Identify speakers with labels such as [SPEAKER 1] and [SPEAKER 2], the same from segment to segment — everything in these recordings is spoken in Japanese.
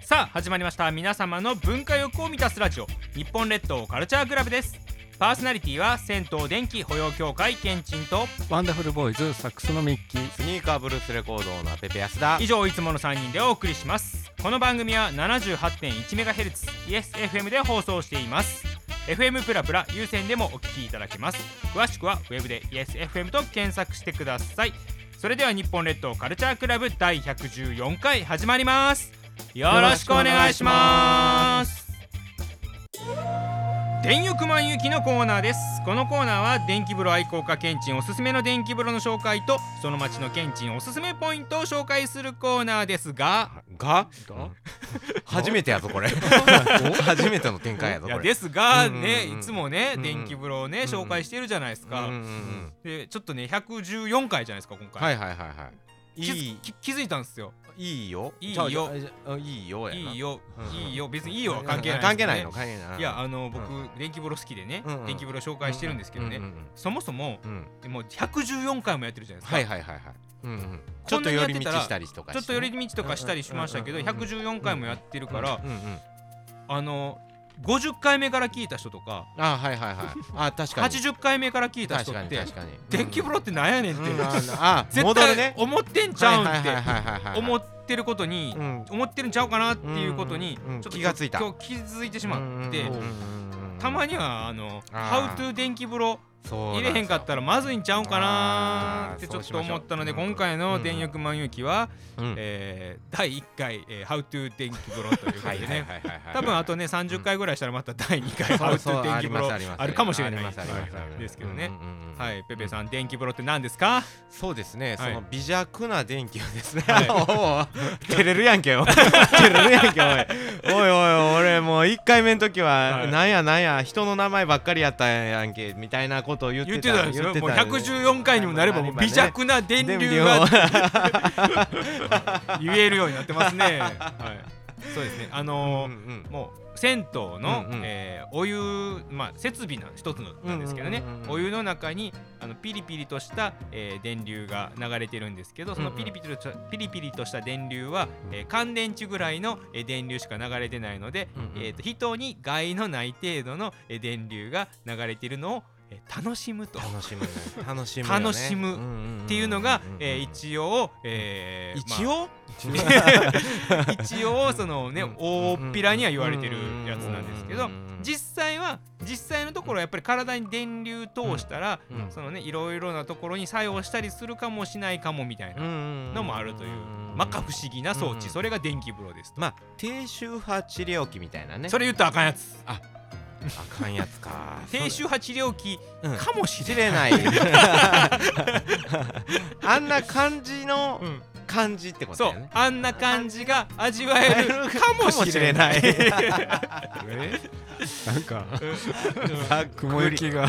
[SPEAKER 1] さあ始まりました皆様の文化欲を満たすラジオ日本列島カルチャークラブですパーソナリティは銭湯電気保養協会ケンチンと
[SPEAKER 2] ワンダフルボーイズサックスのミッキー
[SPEAKER 3] スニーカーブルースレコードのペペ安田
[SPEAKER 1] 以上いつもの3人でお送りしますこの番組は 78.1MHz イエス FM で放送しています FM プラプラ有線でもお聞きいただけます詳しくはウェブで YesFM と検索してくださいそれでは日本列島カルチャークラブ第114回始まりますよろしくお願いします電浴満雪のコーナーですこのコーナーは電気風呂愛好家ケンチンおすすめの電気風呂の紹介とその町のケンチンおすすめポイントを紹介するコーナーですが
[SPEAKER 3] が
[SPEAKER 2] が
[SPEAKER 3] 初めてやぞこれ初めての展開やぞ
[SPEAKER 1] い
[SPEAKER 3] こ
[SPEAKER 1] や
[SPEAKER 3] れ
[SPEAKER 1] ですがね
[SPEAKER 3] うんうんうん
[SPEAKER 1] いつもね
[SPEAKER 3] うんうん
[SPEAKER 1] 電気風呂をね
[SPEAKER 3] うんうん
[SPEAKER 1] 紹介してるじゃないです
[SPEAKER 3] うんうんう
[SPEAKER 1] か
[SPEAKER 3] ん
[SPEAKER 1] でちょっとね114回じゃないですか今回
[SPEAKER 3] はいはいはいはい
[SPEAKER 1] 気づ
[SPEAKER 3] いい
[SPEAKER 1] き気づいたんですよ
[SPEAKER 3] いいよ
[SPEAKER 1] いい
[SPEAKER 3] ちゃうちゃ
[SPEAKER 1] よ
[SPEAKER 3] うあいいよやない
[SPEAKER 1] いよ
[SPEAKER 3] うん
[SPEAKER 1] いいよ別にいいよは関係ない
[SPEAKER 3] 関係ないの
[SPEAKER 1] です
[SPEAKER 3] 関係な
[SPEAKER 1] ね
[SPEAKER 3] い
[SPEAKER 1] いやあの僕
[SPEAKER 3] う
[SPEAKER 1] 電気風呂好きでね
[SPEAKER 3] うんうん
[SPEAKER 1] 電気風呂紹介してるんですけど
[SPEAKER 3] う
[SPEAKER 1] ね
[SPEAKER 3] んうん
[SPEAKER 1] そもそも
[SPEAKER 3] うんうん
[SPEAKER 1] もう114回もやってるじゃないですか
[SPEAKER 3] はいはいはいはいうんうんち
[SPEAKER 1] こんな
[SPEAKER 3] ょっと
[SPEAKER 1] にや
[SPEAKER 3] 寄
[SPEAKER 1] って
[SPEAKER 3] り
[SPEAKER 1] た
[SPEAKER 3] 道
[SPEAKER 1] ら
[SPEAKER 3] したりとか
[SPEAKER 1] ちょっと寄り道とかしたりしましたけど
[SPEAKER 3] うんうんうんうん
[SPEAKER 1] 114回もやってる
[SPEAKER 3] 道
[SPEAKER 1] から
[SPEAKER 3] うんうん
[SPEAKER 1] あの50回目から聞いた人とか
[SPEAKER 3] あはいはいはいあ確かに
[SPEAKER 1] 80回目から聞いた人
[SPEAKER 3] 確か
[SPEAKER 1] っ
[SPEAKER 3] に
[SPEAKER 1] て
[SPEAKER 3] 確かに
[SPEAKER 1] 電気風呂ってなんやねんって
[SPEAKER 3] うんああ
[SPEAKER 1] 絶
[SPEAKER 3] 戻る
[SPEAKER 1] 対
[SPEAKER 3] ね
[SPEAKER 1] 思ってんちゃうんって
[SPEAKER 3] はいはいはいはいはいはい
[SPEAKER 1] 思ってることに
[SPEAKER 3] うん
[SPEAKER 1] 思ってるんちゃうかなっていうことに
[SPEAKER 3] うんうんうん
[SPEAKER 1] ちょっと
[SPEAKER 3] 気がついた
[SPEAKER 1] 今日気づいてしまって
[SPEAKER 3] うんうんうんうん
[SPEAKER 1] たまにはあの「
[SPEAKER 3] あー
[SPEAKER 1] How to 電気風呂」
[SPEAKER 3] そう
[SPEAKER 1] 入れへんかったらまずいんちゃうんかなーって
[SPEAKER 3] あー
[SPEAKER 1] ちょっ
[SPEAKER 3] そうし
[SPEAKER 1] と
[SPEAKER 3] ましょ
[SPEAKER 1] 思
[SPEAKER 3] う
[SPEAKER 1] ったので今回の「電力満遊記」は
[SPEAKER 3] うん
[SPEAKER 1] えー第1回「えー How to 電気風呂」ということ
[SPEAKER 3] はい
[SPEAKER 1] で
[SPEAKER 3] はい
[SPEAKER 1] ね
[SPEAKER 3] はいはいはい
[SPEAKER 1] 多分あとね30回ぐらいしたらまた第2回「
[SPEAKER 3] そう
[SPEAKER 1] How
[SPEAKER 3] そう
[SPEAKER 1] to 電気風呂
[SPEAKER 3] りますりま」す
[SPEAKER 1] あるかもしれな
[SPEAKER 3] ありま
[SPEAKER 1] い
[SPEAKER 3] すありますあります
[SPEAKER 1] ですけどね
[SPEAKER 3] うんうんうん
[SPEAKER 1] はいペペさん電気風呂って何ですか
[SPEAKER 3] そうですねそ
[SPEAKER 1] はい
[SPEAKER 3] の微弱な電気をですね
[SPEAKER 1] はい
[SPEAKER 3] おう照れるやんけおい照れるやんけ おいおいおい俺もう1回目の時
[SPEAKER 1] は
[SPEAKER 3] はいなんやなんや人の名前ばっかりやったやんけみたいなことを言っ
[SPEAKER 1] 言ってて
[SPEAKER 3] た
[SPEAKER 1] たんですよもう114回にもなればもう微
[SPEAKER 3] 弱
[SPEAKER 1] 弱な電流
[SPEAKER 3] 電
[SPEAKER 1] が
[SPEAKER 3] 流
[SPEAKER 1] 言えるようになってますね はいそうですねあのーもう銭湯の、
[SPEAKER 3] うんうん
[SPEAKER 1] えーお湯、まあ、設備の一つのなんですけどね、
[SPEAKER 3] うんうんうんうん
[SPEAKER 1] お湯の中にあのピリピリとした、えー電流が流れてるんですけどそのピリピリとした,、ピリピリとした電流は、えー乾電池ぐらいの、えー電流しか流れてないので、
[SPEAKER 3] うんうん
[SPEAKER 1] えー、と人に害のない程度の、えー電流が流れてるのを、えー楽しむと。
[SPEAKER 3] 楽しむね楽しむよね
[SPEAKER 1] 楽しむ
[SPEAKER 3] うんうんうんうん
[SPEAKER 1] っていうのが、
[SPEAKER 3] うんうんうん
[SPEAKER 1] えー一応、えー
[SPEAKER 3] 一
[SPEAKER 1] まあ
[SPEAKER 3] 応
[SPEAKER 1] 一応そのね
[SPEAKER 3] うん
[SPEAKER 1] 大っぴらには言われてるやつなんですけど
[SPEAKER 3] うんうんうんうん
[SPEAKER 1] 実際は実際のところやっぱり体に電流通したら
[SPEAKER 3] うんうん
[SPEAKER 1] そのねいろいろなところに作用したりするかもしないかもみたいなの
[SPEAKER 3] の
[SPEAKER 1] もあるというまか不思議な装
[SPEAKER 3] うんう
[SPEAKER 1] 置
[SPEAKER 3] ん
[SPEAKER 1] それが電気風呂ですと
[SPEAKER 3] まあ低周波治療器みたいなね
[SPEAKER 1] それ言ったらあかんやつ
[SPEAKER 3] あかんや つか
[SPEAKER 1] 低周波治療器
[SPEAKER 3] うん
[SPEAKER 1] かもし
[SPEAKER 3] 知
[SPEAKER 1] れ
[SPEAKER 3] れ
[SPEAKER 1] ない
[SPEAKER 3] ないあんな感じの
[SPEAKER 1] うん
[SPEAKER 3] 感じってこと
[SPEAKER 1] そ
[SPEAKER 3] だよ
[SPEAKER 1] う
[SPEAKER 3] ね
[SPEAKER 1] あんな感じが味わえ るかも
[SPEAKER 3] かも
[SPEAKER 1] し
[SPEAKER 3] し
[SPEAKER 1] れ
[SPEAKER 3] れ
[SPEAKER 1] な
[SPEAKER 3] ないい
[SPEAKER 2] なんか
[SPEAKER 3] ざっ くり
[SPEAKER 2] 雲行きが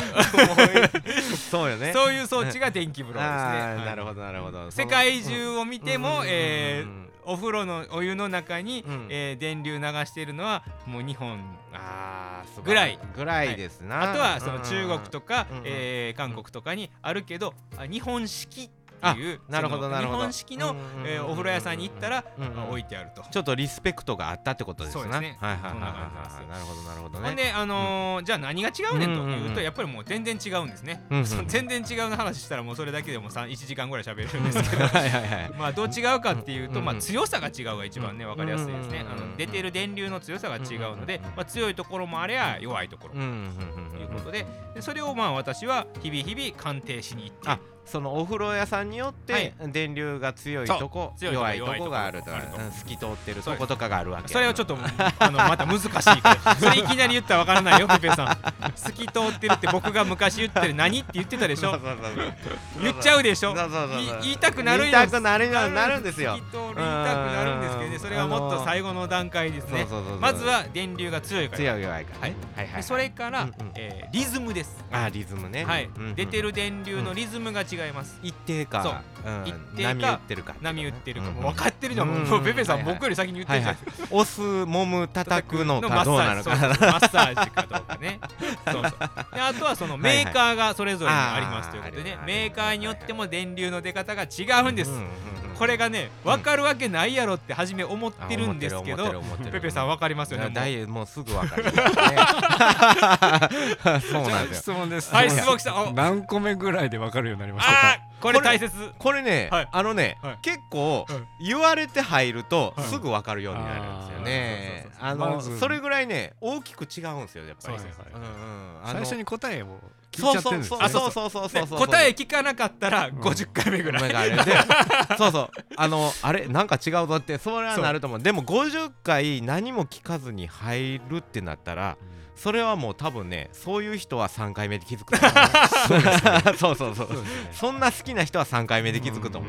[SPEAKER 3] そうよ ね
[SPEAKER 1] そういう装置が電気風呂ですね
[SPEAKER 3] あ
[SPEAKER 1] は
[SPEAKER 3] ー
[SPEAKER 1] い
[SPEAKER 3] なるほどなるほど
[SPEAKER 1] 世界中を見ても、えー
[SPEAKER 3] うん
[SPEAKER 1] お風呂のお湯の中に、
[SPEAKER 3] うん
[SPEAKER 1] えー電流流しているのはもう日本
[SPEAKER 3] あー素晴し
[SPEAKER 1] ぐらい
[SPEAKER 3] ぐらいですな
[SPEAKER 1] あとはその中国
[SPEAKER 3] か
[SPEAKER 1] とか、
[SPEAKER 3] うんうん
[SPEAKER 1] えー韓国とかにあるけどあ日本式っていう
[SPEAKER 3] なるほ
[SPEAKER 1] そ
[SPEAKER 3] ど
[SPEAKER 1] の
[SPEAKER 3] なるほど
[SPEAKER 1] 日本式の、えーお風呂屋さんに行ったら、
[SPEAKER 3] うんうん
[SPEAKER 1] あ置いてあると。
[SPEAKER 3] ちょっとリスペクトがあったってことですな
[SPEAKER 1] そうですね
[SPEAKER 3] はいはいはい
[SPEAKER 1] そんな感じなんです
[SPEAKER 3] は
[SPEAKER 1] よ
[SPEAKER 3] いなるほどなるほど
[SPEAKER 1] ほん
[SPEAKER 3] ね
[SPEAKER 1] で、あのーじゃあ何が違うねんと
[SPEAKER 3] うん
[SPEAKER 1] いううんと
[SPEAKER 3] うん
[SPEAKER 1] やっぱりもう全然違うんですね、
[SPEAKER 3] うんうん
[SPEAKER 1] その全然違うの話したらもうそれだけでも1時間ぐらい喋るんですけど
[SPEAKER 3] はいはいはい
[SPEAKER 1] まあどう違うかっていうと、
[SPEAKER 3] うん
[SPEAKER 1] まあ、強さが違うが一番ね分かりやすいですね、
[SPEAKER 3] うん
[SPEAKER 1] あの出てる電流の強さが違うので、まあ、強いところもあれば弱いところ
[SPEAKER 3] うんうん
[SPEAKER 1] と
[SPEAKER 3] うん
[SPEAKER 1] いううんことででそれをまあ私は日々日々鑑定しに行って
[SPEAKER 3] あそのお風呂屋さんによって電流が強い
[SPEAKER 1] そう
[SPEAKER 3] とこ
[SPEAKER 1] 強いとこ
[SPEAKER 3] 弱いとこがあると
[SPEAKER 1] 弱いとこ
[SPEAKER 3] うん透き通ってる
[SPEAKER 1] そうで
[SPEAKER 3] と
[SPEAKER 1] す
[SPEAKER 3] ことかがあるわけ
[SPEAKER 1] それをちょっとあのまた難しい からそれいきなり言ったらわからないよペペさん透き通ってるって僕が昔言ってる何って言ってたでし ょ言っちゃうでしょ
[SPEAKER 3] そうそうそう
[SPEAKER 1] い
[SPEAKER 3] そう
[SPEAKER 1] 言いたくなるよ
[SPEAKER 3] 言いたくなるようになるんですよ
[SPEAKER 1] 透き通り言いたくなるんですけど
[SPEAKER 3] う
[SPEAKER 1] ね
[SPEAKER 3] ん
[SPEAKER 1] それはもっと最後の段階ですね
[SPEAKER 3] そうそうそうそう
[SPEAKER 1] まずは電流が強いから
[SPEAKER 3] 強い弱いからねはいはいは
[SPEAKER 1] で
[SPEAKER 3] い
[SPEAKER 1] それから、
[SPEAKER 3] うんうん
[SPEAKER 1] えーリズムです
[SPEAKER 3] あリズムね
[SPEAKER 1] はい、
[SPEAKER 3] うんうん
[SPEAKER 1] 出てる電流のリズムが違います、
[SPEAKER 3] 一定かうん
[SPEAKER 1] 一定か
[SPEAKER 3] 波打ってるか
[SPEAKER 1] 波打ってるか
[SPEAKER 3] うん
[SPEAKER 1] も
[SPEAKER 3] うん
[SPEAKER 1] 分かってるじゃん、
[SPEAKER 3] うん
[SPEAKER 1] もうペペさん、
[SPEAKER 3] はいはい
[SPEAKER 1] 僕より先に言って
[SPEAKER 3] は
[SPEAKER 1] る
[SPEAKER 3] い
[SPEAKER 1] じゃ
[SPEAKER 3] は
[SPEAKER 1] ん
[SPEAKER 3] い押す揉む叩くの
[SPEAKER 1] マ
[SPEAKER 3] か
[SPEAKER 1] ッ
[SPEAKER 3] どう
[SPEAKER 1] サ
[SPEAKER 3] な
[SPEAKER 1] ー
[SPEAKER 3] の
[SPEAKER 1] ジそうそ
[SPEAKER 3] か
[SPEAKER 1] うマッサージかどうか ねそうそうであとはそのメーカーがそれぞれにありますということでね
[SPEAKER 3] はいはいあー
[SPEAKER 1] メーカーによっても電流の出方が違うんです、
[SPEAKER 3] うんうんうん
[SPEAKER 1] これがね分かるわけないやろって初め思ってるんですけ
[SPEAKER 3] あ
[SPEAKER 1] ど
[SPEAKER 3] 思ってる思ってる思ってる
[SPEAKER 1] ペペさん分かりますよね
[SPEAKER 3] いや
[SPEAKER 1] もう
[SPEAKER 3] ダイエもうすぐわかる、ね、そうなんです
[SPEAKER 2] 質
[SPEAKER 3] よ
[SPEAKER 2] 問です。
[SPEAKER 1] はい質問来たあ
[SPEAKER 2] 何個目ぐらいでわかるようになりました
[SPEAKER 1] あ
[SPEAKER 2] か。
[SPEAKER 1] ーこれ大切
[SPEAKER 3] これね、
[SPEAKER 1] はい
[SPEAKER 3] あのね、
[SPEAKER 1] はい
[SPEAKER 3] 結構
[SPEAKER 1] うん
[SPEAKER 3] 言われて入ると
[SPEAKER 1] はい
[SPEAKER 3] すぐわかるようになるんですよね、
[SPEAKER 2] あー
[SPEAKER 3] あの、
[SPEAKER 2] まず
[SPEAKER 3] それぐらいね大きく違うんですよやっぱ
[SPEAKER 2] そ
[SPEAKER 3] り
[SPEAKER 2] うそうそうん
[SPEAKER 3] うんあの
[SPEAKER 2] 最初に答えを聞い
[SPEAKER 3] そ
[SPEAKER 2] ちゃっ
[SPEAKER 3] う
[SPEAKER 2] て
[SPEAKER 3] そ
[SPEAKER 2] るん
[SPEAKER 3] う
[SPEAKER 2] です
[SPEAKER 3] そう
[SPEAKER 2] ね。
[SPEAKER 3] あそうそうそうそう
[SPEAKER 1] ね
[SPEAKER 3] そう
[SPEAKER 1] 答え聞かなかったら
[SPEAKER 2] ん
[SPEAKER 1] 50回目ぐらい、
[SPEAKER 3] お前があれでそうそうあのあれなんか違うぞってそれはなると思うでも50回何も聞かずに入るってなったらそれはもう多分ねそういう人は3回目で気づく と思うそうそうそ
[SPEAKER 2] そう
[SPEAKER 3] う
[SPEAKER 2] ですね
[SPEAKER 3] そんな好きな人は3回目で気づくと思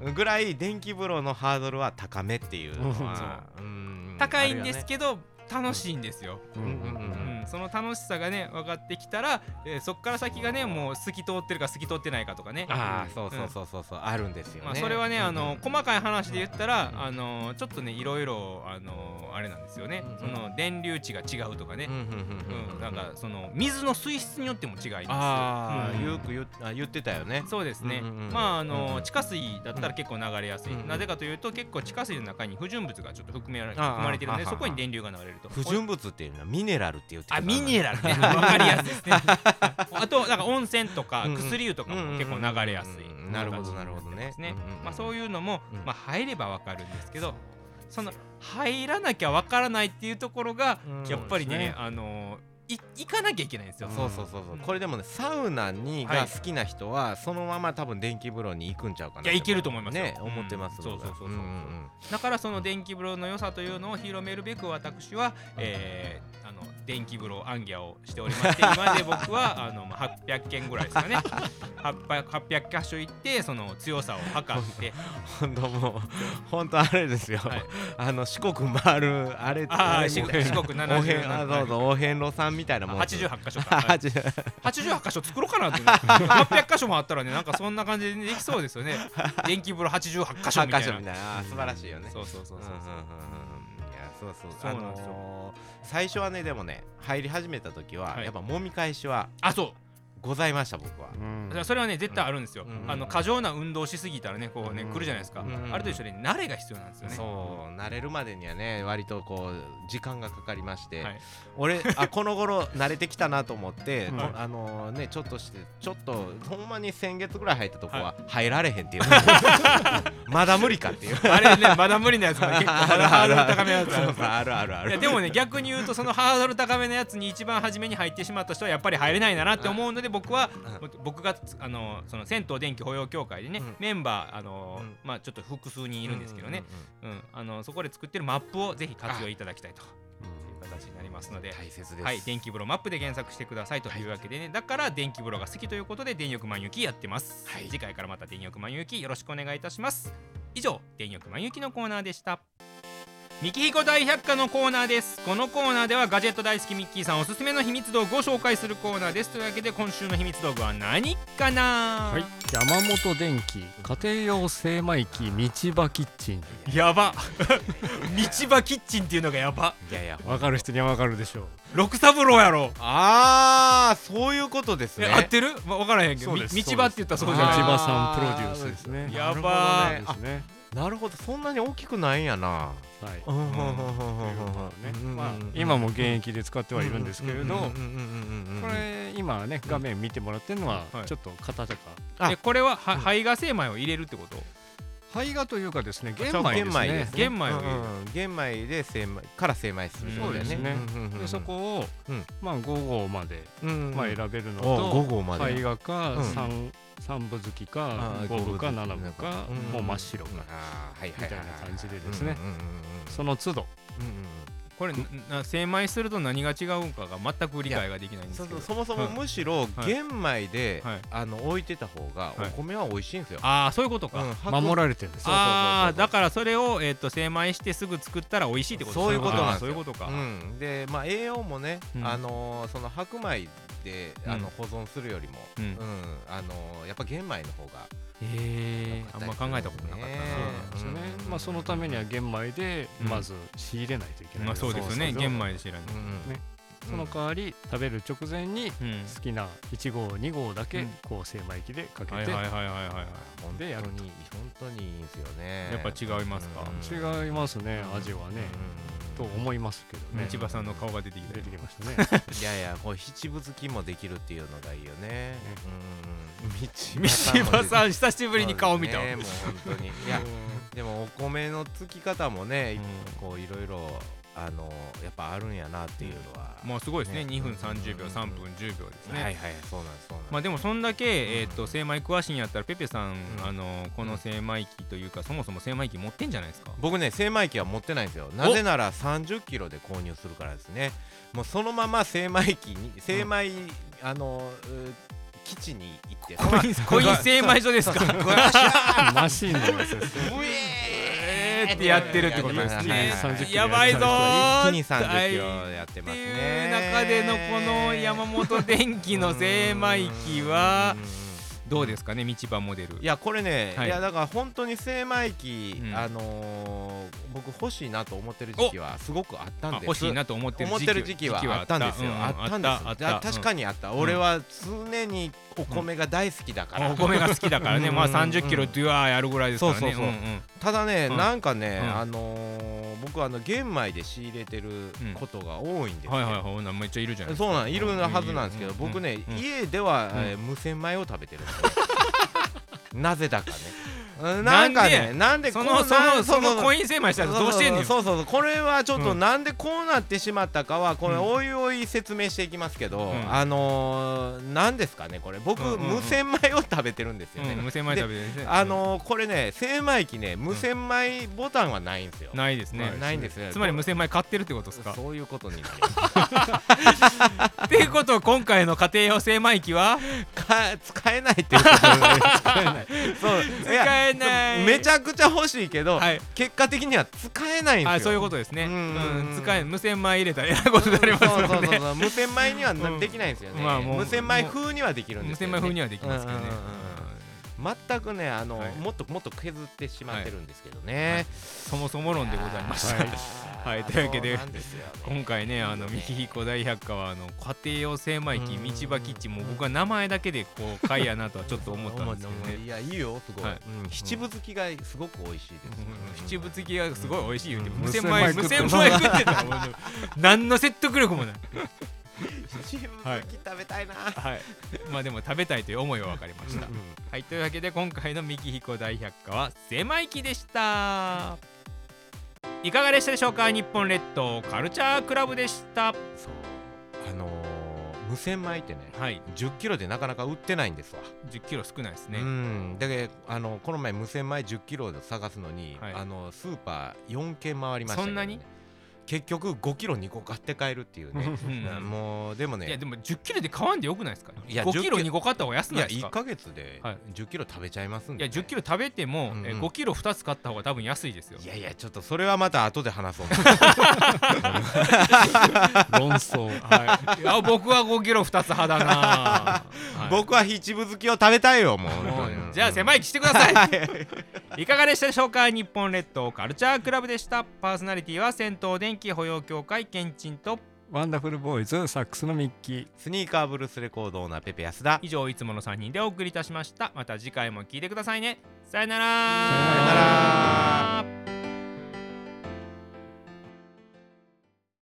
[SPEAKER 3] う
[SPEAKER 1] う、ん
[SPEAKER 3] ぐらい電気風呂のハードルは高めっていうのはうん
[SPEAKER 1] 高いんです
[SPEAKER 3] あ
[SPEAKER 1] けど、楽しいんですよ、
[SPEAKER 2] うんうんうん
[SPEAKER 3] うん
[SPEAKER 1] うん、その楽しさがね分かってきたら、えーそっから先がねもう透き通ってるか透き通ってないかとかね
[SPEAKER 3] るよねああそうそうそうそうそうあるんですよね
[SPEAKER 1] まあ、それはね、あの
[SPEAKER 3] うん
[SPEAKER 1] 細かい話で言ったら、あのちょっとねいろいろあのあれなんですよね、
[SPEAKER 3] うん
[SPEAKER 1] その電流値が違うとかね、
[SPEAKER 3] うん
[SPEAKER 1] うん
[SPEAKER 3] うんうんうん
[SPEAKER 1] なんかその水の水質によっても違います
[SPEAKER 3] あ
[SPEAKER 1] う
[SPEAKER 3] あ
[SPEAKER 1] ん
[SPEAKER 3] よく言っあ言ってたよね
[SPEAKER 1] そうですね、
[SPEAKER 3] うんうんうん
[SPEAKER 1] まああの、
[SPEAKER 3] うん
[SPEAKER 1] 地下水だったら結構流れやすい、
[SPEAKER 3] うん
[SPEAKER 1] なぜかというと結構地下水の中に不純物がちょっと含められ
[SPEAKER 3] ああ
[SPEAKER 1] 含まれてるので
[SPEAKER 3] はは
[SPEAKER 1] そこに電流が流れると
[SPEAKER 3] 不純物っていうのはミネラルって言ってた
[SPEAKER 1] あ
[SPEAKER 3] な
[SPEAKER 1] ミネラルね 分かりやすいですねあとなんか温泉とか
[SPEAKER 3] うんうん
[SPEAKER 1] 薬湯とかも結構流れやすい
[SPEAKER 3] うんうんうんなるほどなるほどね
[SPEAKER 1] ですね
[SPEAKER 3] うんうんうん
[SPEAKER 1] まあそういうのも、
[SPEAKER 3] うん
[SPEAKER 1] まあ、入れば分かるんですけどその入らなきゃ分からないっていうところが
[SPEAKER 3] うん
[SPEAKER 1] やっぱりね,、
[SPEAKER 2] そうですね
[SPEAKER 1] あのい行かなきゃいけないんですよ、
[SPEAKER 3] そうそうそうそう
[SPEAKER 1] うん
[SPEAKER 3] これでもねサウナに
[SPEAKER 1] は
[SPEAKER 3] が
[SPEAKER 1] い
[SPEAKER 3] 好きな人はそのまま多分電気風呂に行くんちゃうかない
[SPEAKER 1] やいけると思いますよ
[SPEAKER 3] ね思ってます
[SPEAKER 1] うんそうそうそうそう
[SPEAKER 3] 僕はんん
[SPEAKER 1] だからその電気風呂の良さというのを広めるべく私は、えーあの電気風呂アンギャをしておりまして今まで僕 はあのまあ800件ぐらいですかね 800, 800箇所行ってその強さを測って
[SPEAKER 3] ほんともうほんとあれですよ、
[SPEAKER 1] はい
[SPEAKER 3] あの四国回るあれ
[SPEAKER 1] ああ
[SPEAKER 3] れ
[SPEAKER 1] 四
[SPEAKER 3] お
[SPEAKER 1] 国四国
[SPEAKER 3] 遍お遍あどう
[SPEAKER 1] 77
[SPEAKER 3] ぞお遍路さんみたいなもんですよ
[SPEAKER 1] 88箇所か、 はい、
[SPEAKER 3] 88
[SPEAKER 1] 88箇所作ろうかなって800箇所もあったらねなんかそんな感じでできそうですよ ね電気風呂88箇所みたい
[SPEAKER 3] 88
[SPEAKER 1] な
[SPEAKER 3] みたいなあー素晴らしいよね
[SPEAKER 1] そうそうそうそうそう
[SPEAKER 3] うんうんうんうんいやそうそう
[SPEAKER 1] そうなんですよ
[SPEAKER 3] あのー最初はねでもね入り始めた時は、
[SPEAKER 1] はい
[SPEAKER 3] やっぱ揉み返しは
[SPEAKER 1] あそう
[SPEAKER 3] ございました僕は、
[SPEAKER 2] うん
[SPEAKER 1] だからそれはね絶対あるんですよ、
[SPEAKER 3] うん
[SPEAKER 1] あの過剰な運動しすぎたらねこうね、
[SPEAKER 2] うん
[SPEAKER 1] 来るじゃないですか、
[SPEAKER 3] うん
[SPEAKER 1] あれと一緒で慣れが必要なんですよね
[SPEAKER 3] そう慣れるまでにはね割とこう時間がかかりまして、
[SPEAKER 1] はい
[SPEAKER 3] 俺あこの頃慣れてきたなと思って、
[SPEAKER 2] はい
[SPEAKER 3] あのねちょっとしてちょっとほんまに先月ぐらい入ったとこ
[SPEAKER 1] は
[SPEAKER 3] は入られへんっていう、まだ無理かっていう
[SPEAKER 1] あれねまだ無理なやつも結構まだハードル高めなやつ
[SPEAKER 3] そう
[SPEAKER 1] あ
[SPEAKER 3] そ
[SPEAKER 1] る
[SPEAKER 3] うあるあるあ
[SPEAKER 1] いや
[SPEAKER 3] る
[SPEAKER 1] でもね逆に言うとそのハードル高めのやつに一番初めに入ってしまった人はやっぱり入れないんだなって思うので僕は
[SPEAKER 3] う
[SPEAKER 1] 僕があのその銭湯電気保養協会でね、
[SPEAKER 3] うん
[SPEAKER 1] メンバーあの、
[SPEAKER 3] うん
[SPEAKER 1] まあちょっと複数人いるんですけどね、うんあのそこで作ってるマップをぜひ活用いただきたいという形になりますので
[SPEAKER 3] 大切です、
[SPEAKER 1] はい、電気風呂マップで検索してくださいというわけでね、だから電気風呂が好きということで電力満有期やってます、
[SPEAKER 3] はい
[SPEAKER 1] 次回からまた電力満有期よろしくお願いいたします以上電力満有期のコーナーでしたミキヒコ大百科のコーナーですこのコーナーではガジェット大好きミッキーさんおすすめの秘密道具を紹介するコーナーですというわけで今週の秘密道具は何かな
[SPEAKER 2] はい、山本電機家庭用精米機道場キッチン
[SPEAKER 1] やば 道場キッチンっていうのがやば
[SPEAKER 3] いやいや
[SPEAKER 2] わかる人にはわかるでしょう
[SPEAKER 1] 六三郎やろ
[SPEAKER 3] ああそういうことです
[SPEAKER 1] え、
[SPEAKER 3] ね
[SPEAKER 1] 合ってる、まあ、分からへんけど
[SPEAKER 2] そう
[SPEAKER 1] み
[SPEAKER 2] です
[SPEAKER 1] 道場って言ったらそ
[SPEAKER 2] 道
[SPEAKER 1] うじゃない
[SPEAKER 3] あ
[SPEAKER 2] 場さんプロデュースですね
[SPEAKER 1] いやば
[SPEAKER 3] な
[SPEAKER 2] で
[SPEAKER 3] るほど
[SPEAKER 2] す
[SPEAKER 3] ね
[SPEAKER 2] ね
[SPEAKER 3] あなるほどそんなに大きくないんやな
[SPEAKER 2] はい
[SPEAKER 3] うんうんうんうん
[SPEAKER 2] ね
[SPEAKER 3] うん
[SPEAKER 2] まあ
[SPEAKER 3] うんうん
[SPEAKER 2] 今も現役で使ってはいるんですけれど
[SPEAKER 3] うんうんうんうんうん
[SPEAKER 2] これ今はね画面見てもらってるのは
[SPEAKER 1] はい
[SPEAKER 2] ちょっと型とか
[SPEAKER 3] あ
[SPEAKER 1] えこれはは胚芽精米を入れるってこと
[SPEAKER 2] 胚芽というかですね玄米ですね
[SPEAKER 1] 玄米を入れる
[SPEAKER 3] うんうん玄米で精米から精米する
[SPEAKER 1] そうです
[SPEAKER 2] ねでそこを
[SPEAKER 3] うん
[SPEAKER 2] まあ5号までまあ
[SPEAKER 3] 選
[SPEAKER 2] 選べるの
[SPEAKER 3] 五
[SPEAKER 2] と
[SPEAKER 3] 号まで
[SPEAKER 2] 絵画
[SPEAKER 3] う
[SPEAKER 2] か
[SPEAKER 3] ん
[SPEAKER 2] 三三部好きか
[SPEAKER 3] あー
[SPEAKER 2] 五部か
[SPEAKER 3] 五部
[SPEAKER 2] 七部か
[SPEAKER 3] うん
[SPEAKER 2] もう真っ白か
[SPEAKER 3] あーはいは
[SPEAKER 2] み
[SPEAKER 3] い
[SPEAKER 2] た
[SPEAKER 3] はいい
[SPEAKER 2] な
[SPEAKER 3] はい
[SPEAKER 2] 感じでですね
[SPEAKER 3] うんうんうんうん
[SPEAKER 2] その都度
[SPEAKER 3] うんうん
[SPEAKER 1] これなな精米すると何が違うんかが全く理解ができないんです
[SPEAKER 3] そう
[SPEAKER 1] け
[SPEAKER 3] そ
[SPEAKER 1] ど
[SPEAKER 3] うそもそも
[SPEAKER 1] はい
[SPEAKER 3] むしろ
[SPEAKER 1] い
[SPEAKER 3] 玄米で
[SPEAKER 1] はい
[SPEAKER 3] あの置いてた方が
[SPEAKER 1] はい
[SPEAKER 3] お米は美味しいんですよ
[SPEAKER 1] ああそういうことか、
[SPEAKER 3] うん白
[SPEAKER 2] 守られてるんです
[SPEAKER 3] そうそうそうそう
[SPEAKER 1] ああだからそれを、えっと精米してすぐ作ったら美味しいってこと
[SPEAKER 3] そういうことなん
[SPEAKER 1] あー
[SPEAKER 3] です
[SPEAKER 1] そう
[SPEAKER 3] よ
[SPEAKER 1] いうことか、
[SPEAKER 3] うんでまあ栄養もね
[SPEAKER 1] うん
[SPEAKER 3] あのーその白米であの保存するよりも
[SPEAKER 1] う
[SPEAKER 3] うんんあのーやっぱ玄米の方が
[SPEAKER 1] へえあんま考えたことなかったな、
[SPEAKER 2] そうな
[SPEAKER 3] ね
[SPEAKER 2] んですよね
[SPEAKER 3] うん
[SPEAKER 2] まあそのためには玄米で
[SPEAKER 1] うん
[SPEAKER 2] まず仕入れないといけない
[SPEAKER 1] まあそうですよね
[SPEAKER 2] そうそうそう
[SPEAKER 1] 玄米で知らない、
[SPEAKER 3] うんうん
[SPEAKER 2] ねその代わり食べる直前に
[SPEAKER 1] うん
[SPEAKER 2] 好きな1号2号だ
[SPEAKER 1] う
[SPEAKER 2] け
[SPEAKER 1] ん
[SPEAKER 2] こう精米機でかけ
[SPEAKER 1] はい
[SPEAKER 2] て
[SPEAKER 1] はいはいはいはい
[SPEAKER 3] 本当
[SPEAKER 2] で
[SPEAKER 3] に
[SPEAKER 2] やる
[SPEAKER 3] 本当にいいんですよね
[SPEAKER 1] やっぱ違いますか
[SPEAKER 2] 違いますね味はね
[SPEAKER 3] う
[SPEAKER 2] と
[SPEAKER 3] ん
[SPEAKER 2] 思いますけどね
[SPEAKER 1] 道場さんの顔が出てきた
[SPEAKER 2] 出
[SPEAKER 1] よ
[SPEAKER 2] てきました ねね
[SPEAKER 3] いやいやこう七分好きもできるっていうのがいいよねうんう ん
[SPEAKER 1] 道場
[SPEAKER 3] ん
[SPEAKER 1] さん久しぶりに顔見たわ
[SPEAKER 3] ねもう本当にいやでもお米のつき方もね、
[SPEAKER 1] うん
[SPEAKER 3] こういろいろあのやっぱあるんやなっていうのは、
[SPEAKER 1] まあすごいですね
[SPEAKER 3] ね
[SPEAKER 1] 2分30秒
[SPEAKER 3] うん
[SPEAKER 1] 3分10秒です
[SPEAKER 3] はい
[SPEAKER 1] ね
[SPEAKER 3] はいそうなんですそうなんです、
[SPEAKER 1] まあでもそんだけ、
[SPEAKER 3] ん
[SPEAKER 1] えー、と精米詳しいんやったらペペさん、
[SPEAKER 3] うん
[SPEAKER 1] あのこの精米機というかそもそも精米機持ってんじゃないですか、
[SPEAKER 3] 僕ね精米機は持ってないんですよなぜなら3 0キロで購入するからですねもうそのまま精米機に精米、あのう基地に行って
[SPEAKER 1] コインコイン精米所ですか
[SPEAKER 2] マシンのやつですね
[SPEAKER 3] う
[SPEAKER 1] えーってやってるってことですね
[SPEAKER 2] 一気に30キロ
[SPEAKER 1] やばいぞー
[SPEAKER 3] 一気に3 0キロやって
[SPEAKER 1] って
[SPEAKER 3] ます
[SPEAKER 1] いう
[SPEAKER 3] ね
[SPEAKER 1] 中でのこの山本電機の精米機は
[SPEAKER 3] うんうんうん
[SPEAKER 1] どうですかね道場モデル
[SPEAKER 3] いやこれね、
[SPEAKER 1] はい
[SPEAKER 3] い、やだから本当に精米機、
[SPEAKER 1] うん
[SPEAKER 3] あのー僕欲しいなと思ってる時期はすごくあったん
[SPEAKER 1] あ
[SPEAKER 3] です
[SPEAKER 1] 欲しいなと思ってる
[SPEAKER 3] 思ってる時期はあったんですよ、
[SPEAKER 1] うん
[SPEAKER 3] あったんですよ
[SPEAKER 1] あっ
[SPEAKER 3] いや
[SPEAKER 1] た
[SPEAKER 3] 確か
[SPEAKER 1] に
[SPEAKER 3] にあった、
[SPEAKER 1] ん
[SPEAKER 3] 俺は常にお米が大好きだから、
[SPEAKER 1] お米が好きだからね
[SPEAKER 3] うん
[SPEAKER 1] まあ3 0キロデュアーやるぐらいですからね
[SPEAKER 3] そうそうそうん
[SPEAKER 1] ん
[SPEAKER 3] ただね、
[SPEAKER 1] うん
[SPEAKER 3] なんかね、
[SPEAKER 1] うん
[SPEAKER 3] あのー僕はあの玄米で仕入れてることが多いんですよ、
[SPEAKER 1] はいはいはいほんならめっちゃいるじゃないですか
[SPEAKER 3] そうなんいるはずなんですけど、
[SPEAKER 1] うん
[SPEAKER 3] 僕ね、
[SPEAKER 1] うん
[SPEAKER 3] 家では、
[SPEAKER 1] うん
[SPEAKER 3] えー無洗米を食べてる んですよなぜだかねうんなんかねなんで
[SPEAKER 1] そ
[SPEAKER 3] こ
[SPEAKER 1] の
[SPEAKER 3] う
[SPEAKER 1] そ
[SPEAKER 3] な
[SPEAKER 1] のそのコイン精米し
[SPEAKER 3] そ
[SPEAKER 1] た
[SPEAKER 3] う
[SPEAKER 1] ら
[SPEAKER 3] そう
[SPEAKER 1] どうしてんねん
[SPEAKER 3] そうそうそうこれはちょっと
[SPEAKER 1] うん
[SPEAKER 3] なんでこうなってしまったかはこれ
[SPEAKER 1] うん
[SPEAKER 3] おいおい説明していきますけど、
[SPEAKER 1] うん
[SPEAKER 3] あのー、なんですかねこれ僕、
[SPEAKER 1] うんうんうん
[SPEAKER 3] 無洗米を食べてるんですよね、
[SPEAKER 1] うん無精米食べてるね
[SPEAKER 3] あのー、これね精米機ね無洗米ボタンはないんですよ、
[SPEAKER 1] うんないですね
[SPEAKER 3] はいないんですね
[SPEAKER 1] つまり無精米買ってるってことですか
[SPEAKER 3] そういうこ とになります
[SPEAKER 1] っていうことは今回の家庭用精米機は
[SPEAKER 3] か使えないっていうことになりますそう
[SPEAKER 1] 使えない
[SPEAKER 3] やめちゃくちゃ欲しいけど、
[SPEAKER 1] はい
[SPEAKER 3] 結果的には使えないんですよ
[SPEAKER 1] あそういうことですね
[SPEAKER 3] うんうんうん
[SPEAKER 1] うん使え無洗米入れたらえらいことになりますもんね
[SPEAKER 3] そうそうそうそう無洗米にはな
[SPEAKER 1] うん
[SPEAKER 3] できないんですよね、
[SPEAKER 1] まあもう
[SPEAKER 3] 無洗米風にはできるん
[SPEAKER 1] 無
[SPEAKER 3] ですよ、
[SPEAKER 1] 洗米
[SPEAKER 3] ね、
[SPEAKER 1] 風にはできますけどね
[SPEAKER 3] うんうんうん全くねあの、
[SPEAKER 1] はい
[SPEAKER 3] もっともっと削ってしまってるんですけどね、
[SPEAKER 1] そもそも論でございました、
[SPEAKER 3] はい
[SPEAKER 1] はいというわけで
[SPEAKER 3] そうなんすよね
[SPEAKER 1] 今回ねあの三木彦大百科はあの家庭用精米機道場キッチンも僕は名前だけでこう買いやなとはちょっと思ったんですけどね
[SPEAKER 3] いやいいよすごい、
[SPEAKER 1] はい
[SPEAKER 3] うん七分付きがすごく美味しいです、
[SPEAKER 1] 七分付きがすごい美味しいよって
[SPEAKER 2] うん
[SPEAKER 1] 無洗米無
[SPEAKER 2] 無
[SPEAKER 1] 洗
[SPEAKER 2] 洗
[SPEAKER 1] 米
[SPEAKER 2] 米
[SPEAKER 1] 食ってたらもう何の説得力もない
[SPEAKER 3] 七分付き食べたいな、
[SPEAKER 1] はいまあでも食べたいという思いは分かりました
[SPEAKER 3] うん
[SPEAKER 1] はいというわけで今回の三木彦大百科は狭い木でしたいかがでしたでしょうか日本列島カルチャークラブでした
[SPEAKER 3] そうあのー無洗米ってね
[SPEAKER 1] はい
[SPEAKER 3] 1 0キロでなかなか売ってないんですわ
[SPEAKER 1] 1 0キロ少ないですね、
[SPEAKER 3] うんだけどあのこの前無洗米1 0キロで探すのに、
[SPEAKER 1] はい
[SPEAKER 3] あのスーパー4軒回りましたけど、ね、
[SPEAKER 1] そんなに
[SPEAKER 3] 結局5キロ2個買って帰るっていうね
[SPEAKER 1] うん
[SPEAKER 3] もうでも
[SPEAKER 1] いや
[SPEAKER 3] ね
[SPEAKER 1] でも1 0キロで買わんでよくないですか
[SPEAKER 3] いや
[SPEAKER 1] 5キロ
[SPEAKER 3] 10
[SPEAKER 1] に5買った方が安
[SPEAKER 3] い
[SPEAKER 1] ない
[SPEAKER 3] や
[SPEAKER 1] です
[SPEAKER 3] 1
[SPEAKER 1] か
[SPEAKER 3] か月で
[SPEAKER 1] はい
[SPEAKER 3] 1 0キロ食べちゃいますん
[SPEAKER 1] いや
[SPEAKER 3] でね、
[SPEAKER 1] 1 0キロ食べても、
[SPEAKER 3] うん
[SPEAKER 1] え5キロ2つ買った方が多分安いですよ
[SPEAKER 3] いやいやちょっとそれはまた後で話そう
[SPEAKER 2] 論争
[SPEAKER 1] はい、いや僕は5キロ2つ派だな、はい
[SPEAKER 3] 僕は七分好きを食べたいよもう
[SPEAKER 1] も
[SPEAKER 3] 本
[SPEAKER 1] う
[SPEAKER 3] 当に
[SPEAKER 1] じゃあ狭い気してくださいいかがでしたでしょうか日本列島カルチャークラブでしたパーソナリティは銭湯電気保養協会けんちんと
[SPEAKER 2] ワンダフルボーイズサックスのミッキー
[SPEAKER 3] スニーカーブルースレコードオーナーペペ安田
[SPEAKER 1] 以上いつもの3人でお送りいたしましたまた次回も聞いてくださいねさよなら
[SPEAKER 2] さよなら
[SPEAKER 3] さよなら